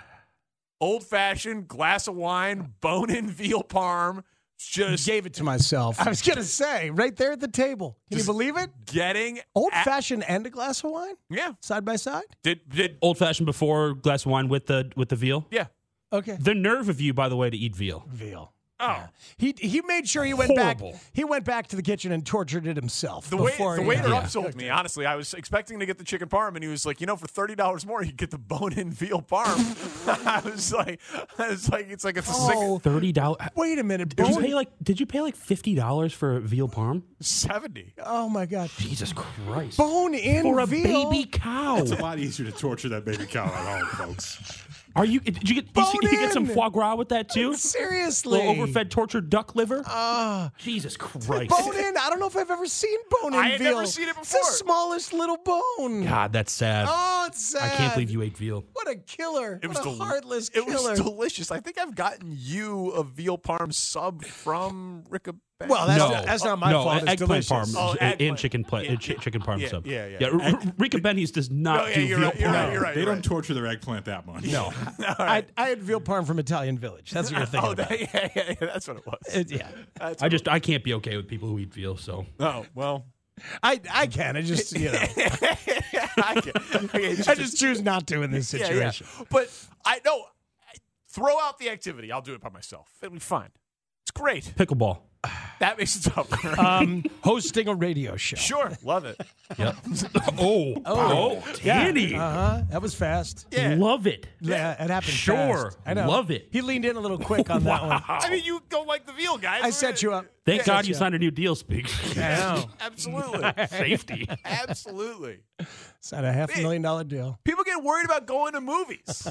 S6: old fashioned glass of wine, bone in veal parm. Just
S7: gave it to myself. I was gonna say right there at the table. Can you believe it?
S6: Getting
S7: Old
S6: at-
S7: fashioned and a glass of wine.
S6: Yeah,
S7: side by side.
S6: Did did
S8: old fashioned before glass of wine with the with the veal?
S6: Yeah.
S7: Okay.
S8: The nerve of you, by the way, to eat veal.
S7: Veal.
S6: Oh.
S7: He he made sure he went
S8: Horrible.
S7: back. He went back to the kitchen and tortured it himself.
S6: The, wait,
S7: before
S6: the
S7: he-
S6: waiter
S7: Yeah.
S6: upsold me, honestly. I was expecting to get the chicken parm, and he was like, you know, for thirty dollars more, you get the bone-in veal parm. I was like, I was like, it's like it's a
S7: Oh.
S6: six,
S8: Thirty dollars.
S7: Wait a minute,
S8: Did you
S7: bone-
S8: pay like Did you pay like fifty dollars for veal parm?
S6: seventy.
S7: Oh my God!
S8: Jesus Christ!
S7: Bone in
S8: for a
S7: veal?
S8: baby cow.
S9: It's a lot easier to torture that baby cow at home, folks.
S8: Are you? Did you get? You, see-
S7: Bone
S8: you get some
S7: in.
S8: foie gras with that too?
S7: Seriously.
S8: Little overfed tortured duck liver.
S7: Ah.
S8: Jesus Christ!
S7: Bone in. I don't know if I've ever seen bone in
S6: I had
S7: veal.
S6: never seen it
S7: It's the
S6: before.
S7: smallest little bone.
S8: God, that's sad.
S7: Oh, it's sad.
S8: I can't believe you ate veal.
S7: What a killer!
S6: It was
S7: what a
S6: del-
S7: heartless
S6: It
S7: killer.
S6: was delicious. I think I've gotten you a veal parm sub from Rickaback.
S7: Well, that's No. not- that's not my
S8: no,
S7: fault. It's
S8: eggplant
S7: delicious.
S8: parm
S6: Oh,
S8: and-
S6: eggplant.
S8: and chicken pla-
S6: Yeah,
S8: chi- chicken parm
S6: yeah,
S8: sub.
S6: yeah, yeah.
S8: yeah. R- R- Rica Benny's does not
S6: No, yeah,
S8: do
S6: you're
S8: veal
S6: right, you're
S8: parm.
S6: right, you're right,
S9: They don't torture their eggplant that much.
S8: No.
S7: I, I had veal parm from Italian Village. That's what you're thinking.
S6: oh,
S7: about.
S6: that, yeah, yeah, yeah, that's what it was.
S7: It- yeah.
S6: That's
S8: I just I can't be okay with people who eat veal. So
S6: Oh well,
S7: I I can. I just you know.
S6: I, can, I
S7: I just choose not to in this situation.
S6: Yeah, yeah. But I know, I- throw out the activity. I'll do it by myself. It'll be fine. It's great.
S8: Pickleball.
S6: That makes it tougher.
S7: Um, hosting a radio show.
S6: sure, love it.
S8: Yep. oh,
S7: Oh,
S8: Danny.
S7: Uh huh. That was fast.
S6: Yeah.
S8: Love it.
S7: Yeah, it happened.
S8: Sure.
S7: fast. I know.
S8: Love it.
S7: He leaned in a little quick on that one.
S6: I mean, you go like the veal guys.
S7: I set you up.
S8: Thank
S7: Set
S8: God you
S7: up.
S8: signed a new deal, Speak.
S7: I know.
S6: Absolutely.
S8: Safety.
S6: Absolutely.
S7: Signed a half a million dollar deal.
S6: People get worried about going to movies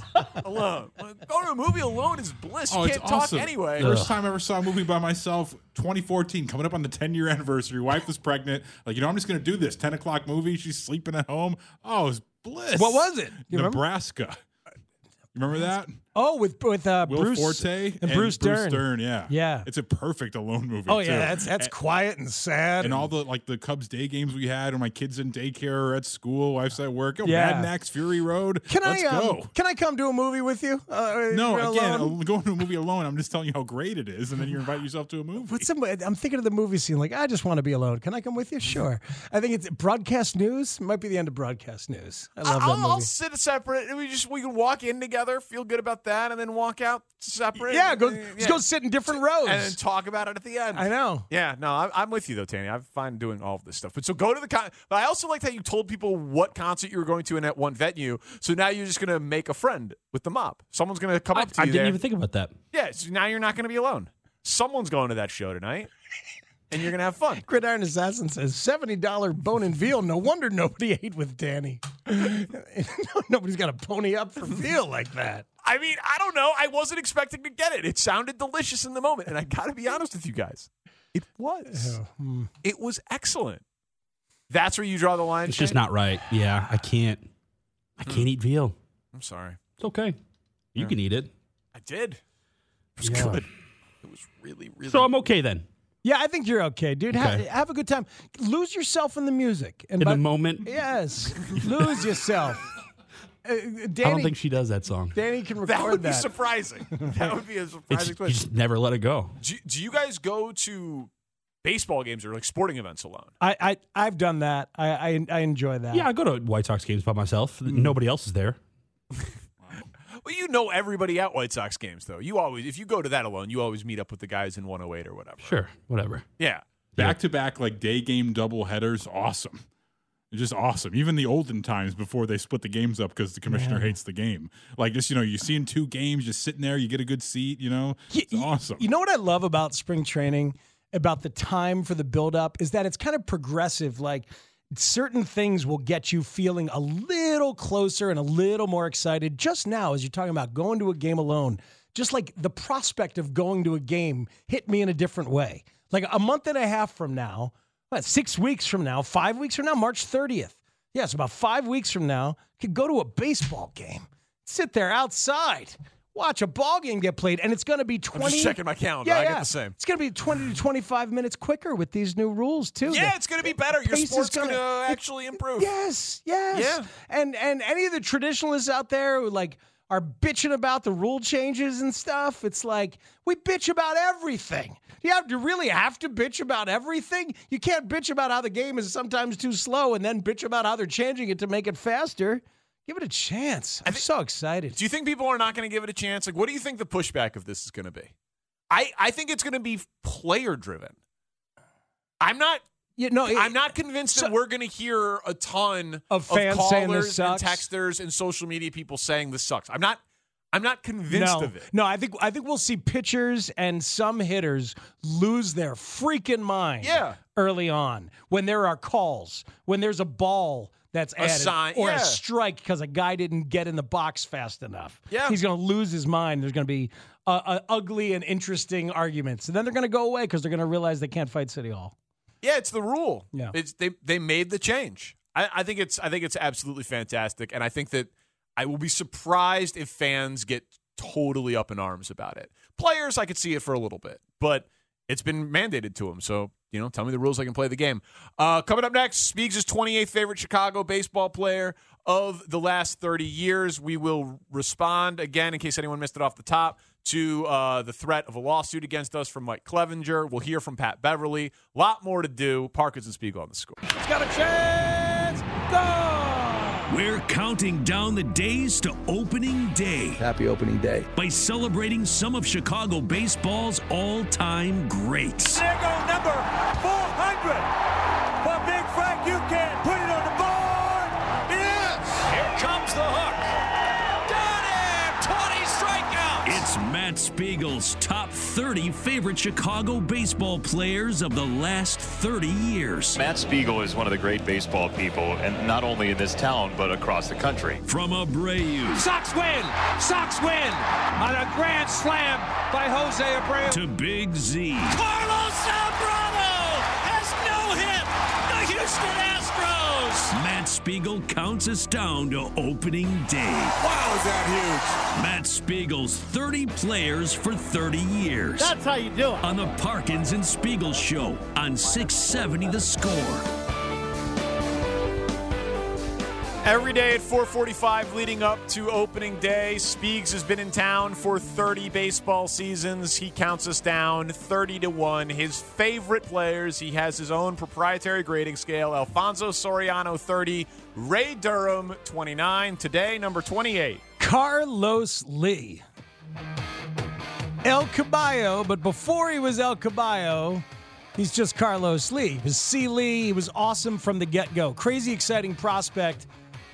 S6: alone. Going to a movie alone is bliss. You
S9: Oh, it's
S6: can't talk
S9: awesome.
S6: anyway.
S9: First time I ever saw a movie by myself, 2014, coming up on the 10 year anniversary. Wife was pregnant. Like, you know, I'm just going to do this 10 o'clock movie. She's sleeping at home. Oh, it was bliss.
S7: What was it? You remember?
S9: Nebraska. You remember that?
S7: Oh, with with uh,
S9: Will
S7: Bruce
S9: Forte
S7: and, Bruce Dern.
S9: yeah,
S7: Yeah.
S9: It's a perfect alone movie.
S7: Oh yeah,
S9: too.
S7: that's that's quiet and sad.
S9: and all the like the Cubs day games we had when my kids in daycare or at school, wife's at work. Oh,
S7: Yeah.
S9: Mad Max Fury Road.
S7: Can
S9: Let's
S7: I um,
S9: go.
S7: can I come to a movie with you? Uh,
S9: No,
S7: you're
S9: again,
S7: alone?
S9: al- going to a movie alone. I'm just telling you how great it is, and then you invite yourself to a movie.
S7: What's some, I'm thinking of the movie scene. Like, I just want to be alone. Can I come with you? Sure. I think it's broadcast news. Might be the end of broadcast news. I love that
S6: I'll,
S7: movie.
S6: I'll sit separate. and We just we can walk in together, feel good about that, and then walk out separate.
S7: yeah, go
S6: Uh,
S7: let's go sit in different rows.
S6: and then talk about it at the end.
S7: I know.
S6: Yeah, no, I'm, I'm with you though, Tanny. I find doing all of this stuff. But so go to the con. But I also liked how you told people what concert you were going to and at one venue. So now you're just going to make a friend with the mob. Someone's going to come
S8: I,
S6: up to
S8: I
S6: you
S8: didn't
S6: there.
S8: even think about that.
S6: yeah, so now you're not going to be alone. Someone's going to that show tonight, and you're going to have fun.
S7: Gridiron Assassin says seventy dollar bone and veal. No wonder nobody ate with Danny. Nobody's got to pony up for veal like that.
S6: I mean, I don't know. I wasn't expecting to get it. It sounded delicious in the moment, and I got to be honest with you guys, it was.
S8: Oh, hmm.
S6: It was excellent. That's where you draw the line.
S8: It's just
S6: Shane?
S8: not right. Yeah, I can't. I
S6: Hmm.
S8: can't eat veal.
S6: I'm sorry.
S8: It's okay. You
S6: Yeah.
S8: can eat it.
S6: I did. It was
S8: Yeah.
S6: good. It was really, really.
S8: So I'm okay then.
S7: Yeah, I think you're okay, dude. Ha-
S8: Okay.
S7: Have, a good time. Lose yourself in the music and
S8: In the
S7: by-
S8: moment?
S7: Yes, lose yourself. Uh, Danny,
S8: I don't think she does that song.
S7: Danny can record
S10: That would be
S7: that.
S10: surprising. That would be a
S8: It's,
S10: surprising
S8: you
S10: twist.
S8: just never let it go.
S10: Do, do you guys go to baseball games or like sporting events alone?
S7: I, I I've done that. I I, I enjoy that.
S8: Yeah, I go to White Sox games by myself.
S6: Hmm.
S8: Nobody else is there.
S10: Well, you know everybody at White Sox games, though. You always, if you go to that alone, you always meet up with the guys in 108 or whatever.
S8: Sure, whatever.
S10: Yeah.
S9: Back to back like day game double headers, awesome. Just awesome. Even the olden times before they split the games up because the commissioner
S7: Yeah.
S9: hates the game. Like just you know, you're seeing two games, just sitting there, you get a good seat. You know, it's awesome.
S7: You know what I love about spring training, about the time for the buildup, is that it's kind of progressive. Like certain things will get you feeling a little closer and a little more excited. Just now, as you're talking about going to a game alone, just like the prospect of going to a game hit me in a different way. Like a month and a half from now, what, six weeks from now, five weeks from now, March 30th. Yes, about five weeks from now, could go to a baseball game, sit there outside, watch a ball game get played, and it's going to be 20.
S10: checking my calendar. I get the same.
S7: It's going to be 20 to 25 minutes quicker with these new rules, too.
S10: Yeah,
S7: The-
S10: it's going to be better.
S7: the
S10: Your
S7: pace is
S10: sport's going to
S7: gonna-
S10: actually improve.
S7: Yes, yes.
S10: Yeah.
S7: And and any of the traditionalists out there who like are bitching about the rule changes and stuff, it's like we bitch about everything. You have to really have to bitch about everything. You can't bitch about how the game is sometimes too slow and then bitch about how they're changing it to make it faster. Give it a chance. I'm so excited.
S10: Do you think people are not going to give it a chance? Like, what do you think the pushback of this is going to be? I, I think it's going to be player driven. I'm not.
S7: Yeah, no,
S10: I'm not convinced that we're going to hear a ton
S7: Of fans
S10: callers
S7: saying this
S10: and
S7: sucks.
S10: texters and social media people saying this sucks. I'm not. I'm not convinced
S7: no,
S10: of it.
S7: no, I think I think we'll see pitchers and some hitters lose their freaking mind.
S10: Yeah.
S7: early on when there are calls, when there's a ball that's
S10: A
S7: added
S10: sign-
S7: or
S10: yeah.
S7: a strike because a guy didn't get in the box fast enough.
S10: Yeah.
S7: he's going to lose his mind. There's going to be uh, uh, ugly and interesting arguments, and then they're going to go away because they're going to realize they can't fight City Hall.
S10: Yeah, it's the rule.
S7: Yeah.
S10: it's they they made the change. I, I think it's I think it's absolutely fantastic, and I think that I will be surprised if fans get totally up in arms about it. Players, I could see it for a little bit, but it's been mandated to them. So you know, tell me the rules, I can play the game. Uh, coming up next, Speaks' 28th favorite Chicago baseball player of the last 30 years. We will respond again in case anyone missed it off the top to uh, the threat of a lawsuit against us from Mike Clevenger. We'll hear from Pat Beverly. A lot more to do. Parkinson Spiegel on the score.
S6: It's got a chance. Go!
S14: We're counting down the days to opening day. Happy opening day. By celebrating some of Chicago baseball's all time greats.
S6: There go number 400 for Big Frank. You can put it on the board. Yes! Here comes the hook. Got him! 20 strikeouts.
S14: It's Matt Spiegel's top 30 favorite Chicago baseball players of the last 30 years.
S15: Matt Spiegel is one of the great baseball people, and not only in this town, but across the country.
S14: From Abreu
S6: Sox win. Sox win on a grand slam by Jose Abreu.
S14: to Big Z.
S6: Carlos Alvarado has no hit. The Houston Astros.
S14: Matt Spiegel counts us down to opening day. Wow, is that huge? Matt Spiegel's 30 players for 30 years.
S6: That's
S14: how you do it. On the Parkins and Spiegel Show on 670 The Score.
S10: Every day at 4:45, leading up to opening day, Spiegs has been in town for 30 baseball seasons. He counts us down 30 to one. His favorite players. He has his own proprietary grading scale. Alfonso Soriano 30, Ray Durham 29. Today, number 28.
S7: Carlos Lee. El Caballo, but before he was El Caballo, he's just Carlos Lee. He was C. Lee. He was awesome from the get go. Crazy exciting prospect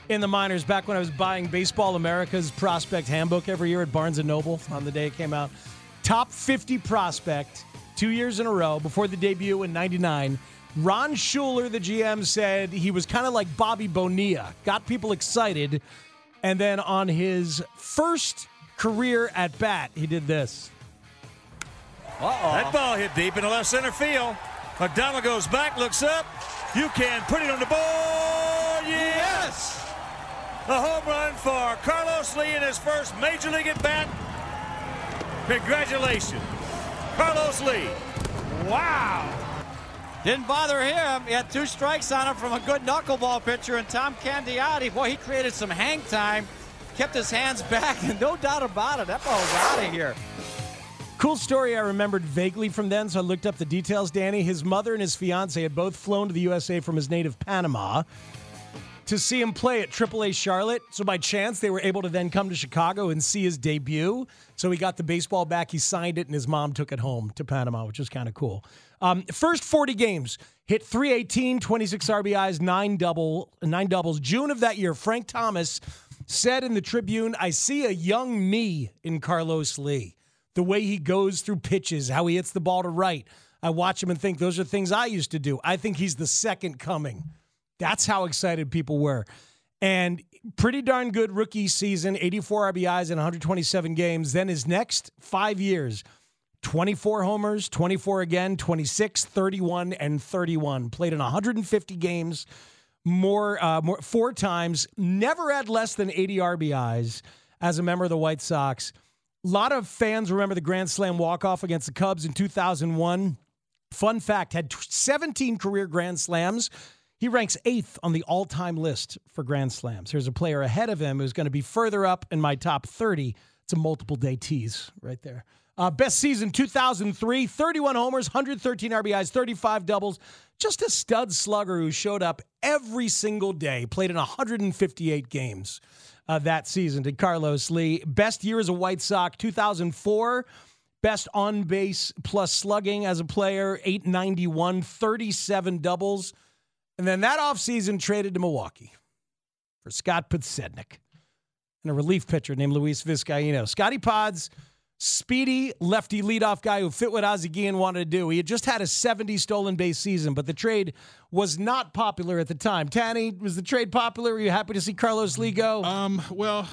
S7: in the minors back when I was buying Baseball America's prospect handbook every year at Barnes and Noble on the day it came out. Top 50 prospect two years in a row before the debut in 99. Ron Schuler, the GM, said he was kind of like Bobby Bonilla, got people excited. And then on his first career at bat, he did this.
S6: That ball hit deep into left center field. McDonald goes back, looks up. You can put it on the board. Yes! A home run for Carlos Lee in his first major league at bat. Congratulations, Carlos Lee.
S16: Wow. Didn't bother him. He had two strikes on him from a good knuckleball pitcher, and Tom Candiotti, boy, he created some hang time, kept his hands back, and no doubt about it, that ball was out of here.
S7: Cool story I remembered vaguely from then, so I looked up the details, Danny. His mother and his fiance had both flown to the USA from his native Panama to see him play at AAA Charlotte. So by chance, they were able to then come to Chicago and see his debut. So he got the baseball back, he signed it, and his mom took it home to Panama, which is kind of cool. Um, first 40 games, hit 318, 26 RBIs, nine double, nine doubles. June of that year, Frank Thomas said in the Tribune, "I see a young me in Carlos Lee. The way he goes through pitches, how he hits the ball to right. I watch him and think those are things I used to do. I think he's the second coming." That's how excited people were. And pretty darn good rookie season 84 RBIs in 127 games. Then his next five years 24 homers, 24 again, 26, 31, and 31. Played in 150 games more, uh, more four times. Never had less than 80 RBIs as a member of the White Sox. A lot of fans remember the Grand Slam walk off against the Cubs in 2001. Fun fact had 17 career Grand Slams. He ranks eighth on the all time list for Grand Slams. Here's a player ahead of him who's going to be further up in my top 30. It's a multiple day tease right there. Uh, best season 2003, 31 homers, 113 RBIs, 35 doubles. Just a stud slugger who showed up every single day, played in 158 games uh, that season to Carlos Lee. Best year as a White Sox, 2004. Best on base plus slugging as a player, 891, 37 doubles. And then that offseason traded to Milwaukee for Scott Podsednik and a relief pitcher named Luis Vizcaino. Scotty Pods, speedy lefty leadoff guy who fit what Ozzie Guillen wanted to do. He had just had a 70 stolen base season, but the trade was not popular at the time. Tanny, was the trade popular? Were you happy to see Carlos Lee go?
S9: Um, well,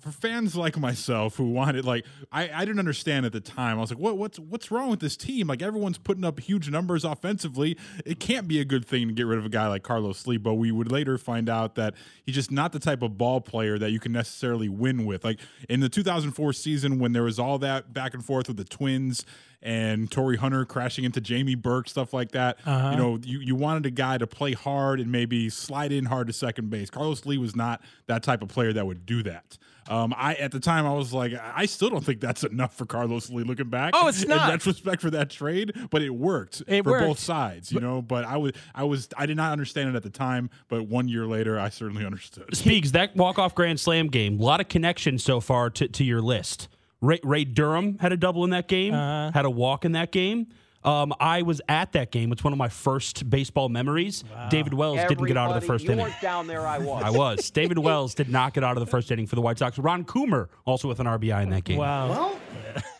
S9: for fans like myself who wanted like I, I didn't understand at the time. I was like, what what's what's wrong with this team? Like everyone's putting up huge numbers offensively. It can't be a good thing to get rid of a guy like Carlos Lee, but we would later find out that he's just not the type of ball player that you can necessarily win with. Like in the 2004 season when there was all that back and forth with the Twins and Torrey Hunter crashing into Jamie Burke, stuff like that.
S17: Uh-huh.
S9: You know, you, you wanted a guy to play hard and maybe slide in hard to second base. Carlos Lee was not that type of player that would do that. Um, I at the time I was like, I still don't think that's enough for Carlos Lee. Looking back,
S7: Oh, it's not.
S9: in retrospect for that trade, but it worked
S7: It
S9: for both
S7: worked.
S9: sides, you know. But I was, I was, I did not understand it at the time, but one year later, I certainly understood.
S8: Speaks that walk off grand slam game. A lot of connections so far to, to your list. Ray, Ray Durham had a double in that game.
S7: Uh-huh.
S8: Had a walk in that game. Um, I was at that game. It's one of my first baseball memories. David Wells didn't get out of the
S18: Everybody,
S8: first
S18: you
S8: inning.
S18: weren't down there. I was.
S8: I was. David Wells did not get out of the first inning for the White Sox. Ron Coomer also with an RBI in that game.
S7: Wow.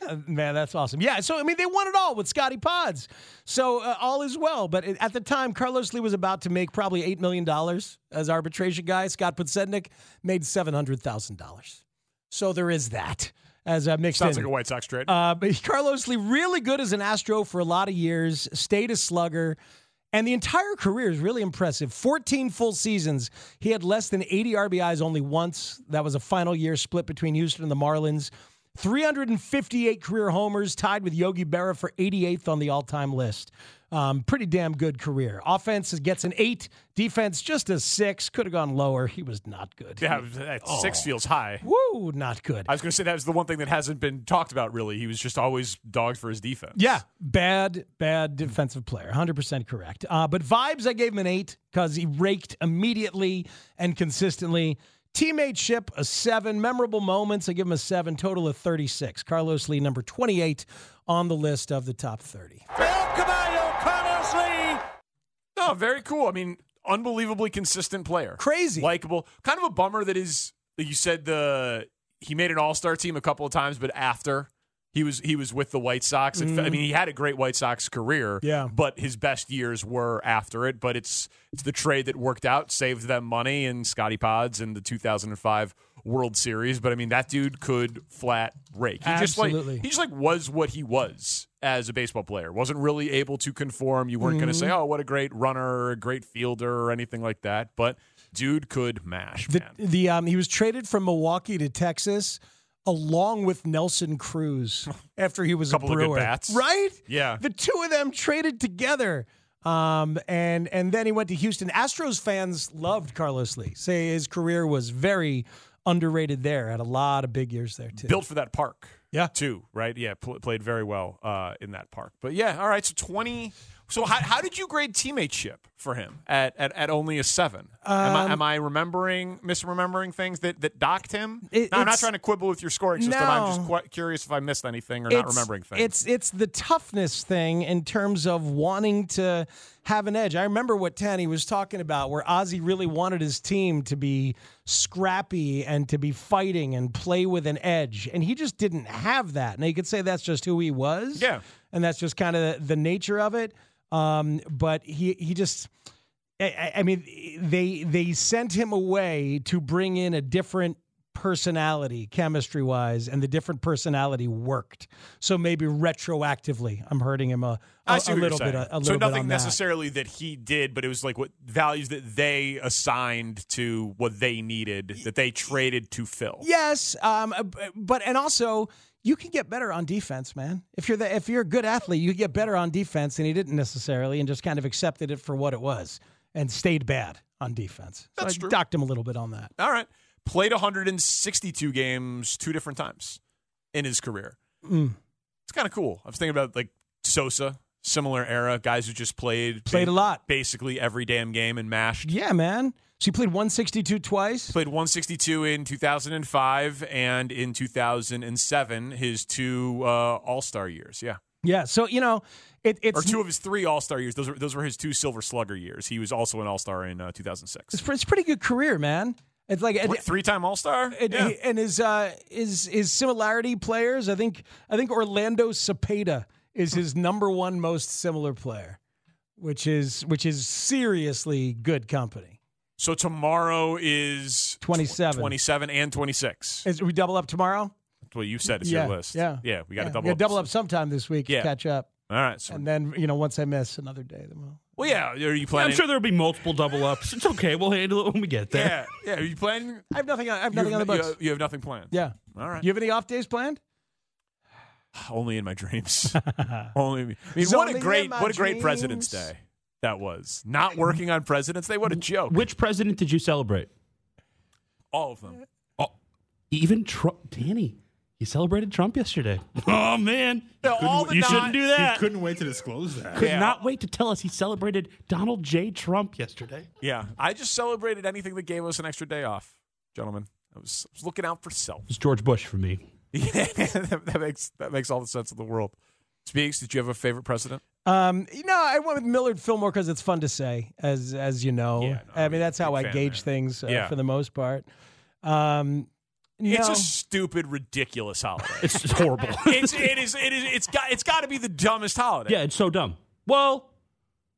S7: Uh, Man, that's awesome. Yeah, so I mean, they won it all with Scotty Pods. So uh, all is well. But it- at the time, Carlos Lee was about to make probably $8 million as arbitration guy. Scott Podsednik made $700,000. So there is that as a mixed
S10: Sounds
S7: in.
S10: like a White Sox trade.
S7: Uh, but Carlos Lee, really good as an Astro for a lot of years, stayed a slugger, and the entire career is really impressive. 14 full seasons. He had less than 80 RBIs only once. That was a final year split between Houston and the Marlins. 358 career homers, tied with Yogi Berra for 88th on the all time list. Um, pretty damn good career. Offense gets an eight, defense just a six. Could have gone lower. He was not good.
S10: Yeah, that
S7: Oh.
S10: six feels high.
S7: Woo, not good.
S10: I was going to say that was the one thing that hasn't been talked about really. He was just always dogged for his defense.
S7: Yeah, bad, bad defensive player. 100% correct. Uh, but vibes, I gave him an eight because he raked immediately and consistently. Teammateship, a seven. Memorable moments, I give him a seven. Total of 36. Carlos Lee, number 28 on the list of the top 30.
S10: Carlos Lee. No, very cool. I mean, unbelievably consistent player.
S7: Crazy.
S10: Likeable. Kind of a bummer that his that you said the he made an all-star team a couple of times, but after he was he was with the White Sox. It fe- I
S7: Mhm.
S10: mean, he had a great White Sox career.
S7: Yeah.
S10: But his best years were after it. But it's it's the trade that worked out, saved them money and Scotty Pods and the 2005 World Series. But I mean, that dude could flat rake. He just
S7: Absolutely.
S10: like he just like was what he was as a baseball player. Wasn't really able to conform. You weren't going to
S7: Mhm.
S10: say, "Oh, what a great runner, a great fielder," or anything like that. But dude could mash.
S7: The, the um, he was traded from Milwaukee to Texas along with Nelson Cruz after he was
S10: Couple
S7: a
S10: of good
S7: Brewer,
S10: bats.
S7: right?
S10: Yeah.
S7: the two of them traded together. Um, and and then he went to Houston. Astros fans loved Carlos Lee. Say his career was very underrated there. Had a lot of big years there too.
S10: Built for that park.
S7: Yeah.
S10: Too, right? Yeah, pl- played very well uh, in that park. But yeah, all right. So 20. So how, how did you grade teammateship for him at, at, at only a seven? am, I,
S7: Um,
S10: am I remembering, misremembering things that, that docked him?
S7: It-
S10: No, I'm not
S7: it's-
S10: trying to quibble with your scoring system. I'm just
S7: No.
S10: quite curious if I missed anything or not remembering things.
S7: It's it's the toughness thing in terms of wanting to have an edge. I remember what Tanny was talking about, where Ozzy really wanted his team to be scrappy and to be fighting and play with an edge, and he just didn't have that. Now you could say that's just who he was, yeah, and that's just kind of the nature of it. Um, but he he just. I- I, I mean, they they sent him away to bring in a different personality, chemistry wise, and the different personality worked. So maybe retroactively, I'm hurting him a a-
S10: I see
S7: a
S10: what
S7: little
S10: you're
S7: bit.
S10: saying.
S7: A, a little
S10: so
S7: bit
S10: nothing
S7: on that.
S10: necessarily that. he did, but it was like what values that they assigned to what they needed that they traded to fill.
S7: Yes, um, uh, b- but and also you can get better on defense, man. If you're the, if you're a good athlete, you get better on defense, and he didn't necessarily, and just kind of accepted it for what it was, and stayed bad on defense. So
S10: That's
S7: I
S10: true.
S7: docked him a little bit on that.
S10: All right, played 162 games two different times in his career.
S7: Mm.
S10: It's kind of cool. I was thinking about like Sosa, similar era guys who just played
S7: Played a lot,
S10: basically every damn game and mashed.
S7: Yeah, man. So he played 162 twice.
S10: Played 162 in 2005 and in 2007, his two uh, All Star years. Yeah.
S7: Yeah, so you know, it, it's
S10: or two of his three All Star years. Those were those were his two Silver Slugger years. He was also an All Star in uh, 2006.
S7: it's, pre- it's a pretty good career, man. It's like
S10: What, three-time All-Star?
S7: and,
S10: Yeah.
S7: and his uh, his his similarity players. I think I think Orlando Cepeda is his number one most similar player, which is which is seriously good company.
S10: So tomorrow is
S7: 27.
S10: 27 and 26.
S7: Is we double up tomorrow?
S10: Well, you said it's
S7: yeah,
S10: your list.
S7: Yeah,
S10: yeah. We got to
S7: yeah.
S10: double
S7: gotta
S10: up.
S7: double up sometime this week.
S10: Yeah.
S7: catch up,
S10: All right. So,
S7: and then you know once I miss another day, then we'll.
S10: well, yeah. Are you planning?
S8: I'm sure there'll be multiple double ups. It's okay. We'll handle it when we get
S10: Yeah,
S8: there.
S10: yeah. Are you planning?
S7: I have nothing. I have
S10: You
S7: nothing on the
S10: no- you
S7: books.
S10: have- You have nothing planned.
S7: Yeah.
S10: All right.
S7: You have any off days planned?
S10: Only in my dreams. Only. I mean,
S7: It's
S10: what
S7: only
S10: a
S7: in
S10: great,
S7: my
S10: what a great President's
S7: dreams.
S10: Day that was. Not working on President's Day. What a joke.
S8: Which president did you celebrate?
S10: All of them.
S8: Even Trump. Danny, you celebrated Trump yesterday. Oh, man.
S10: No,
S8: Couldn't-
S10: all the
S8: you
S10: non-
S8: shouldn't do
S9: He
S8: that.
S9: couldn't wait to disclose that.
S8: Could not wait to tell us he celebrated Donald J. Trump yesterday.
S10: Yeah. I just celebrated anything that gave us an extra day off, gentlemen. I was, I was looking out for self.
S8: It's George Bush for me.
S10: Yeah, that, that makes that makes all the sense in the world. Speaks. Did you have a favorite president?
S7: Um, you know, I went with Millard Fillmore because it's fun to say, as as you know. I mean, that's how I
S10: fan
S7: gauge things uh,
S10: Yeah.
S7: for the most part. Um, no.
S10: It's a stupid, ridiculous holiday.
S8: It's horrible.
S10: it's it is it is it's got it's got to be the dumbest holiday.
S8: Yeah, it's so dumb. Well,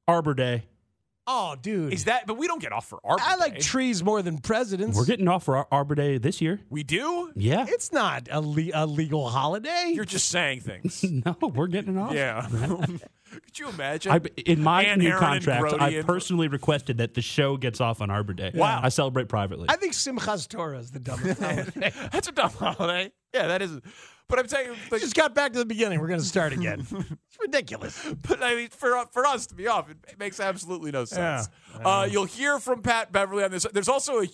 S8: Arbor Day.
S7: oh, dude,
S10: Is that? But we don't get off for Arbor.
S7: I like trees more than presidents.
S8: We're getting off for our Arbor Day this year.
S10: We do?
S8: Yeah.
S7: It's not a, le- a legal holiday.
S10: You're just saying things.
S8: no, we're getting off.
S10: Yeah. Could you imagine?
S8: I, in my
S10: Ann
S8: new
S10: Aaron and
S8: contract,
S10: Brody
S8: I
S10: and-
S8: personally requested that the show gets off on Arbor Day.
S10: Wow.
S8: I celebrate privately.
S7: I think Simchas Torah is the dumbest holiday.
S10: that's a dumb holiday. Yeah, that is. But I'm saying, like,
S7: just got back to the beginning. We're going to start again. it's ridiculous.
S10: but I mean, for for us to be off, it makes absolutely no sense.
S7: Yeah.
S10: Uh, you'll hear from Pat Beverly on this. There's also a,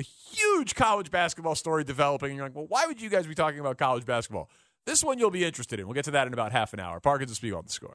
S10: a huge college basketball story developing. You're like, well, why would you guys be talking about college basketball? This one you'll be interested in. We'll get to that in about half an hour. Parkinson Speak on the score.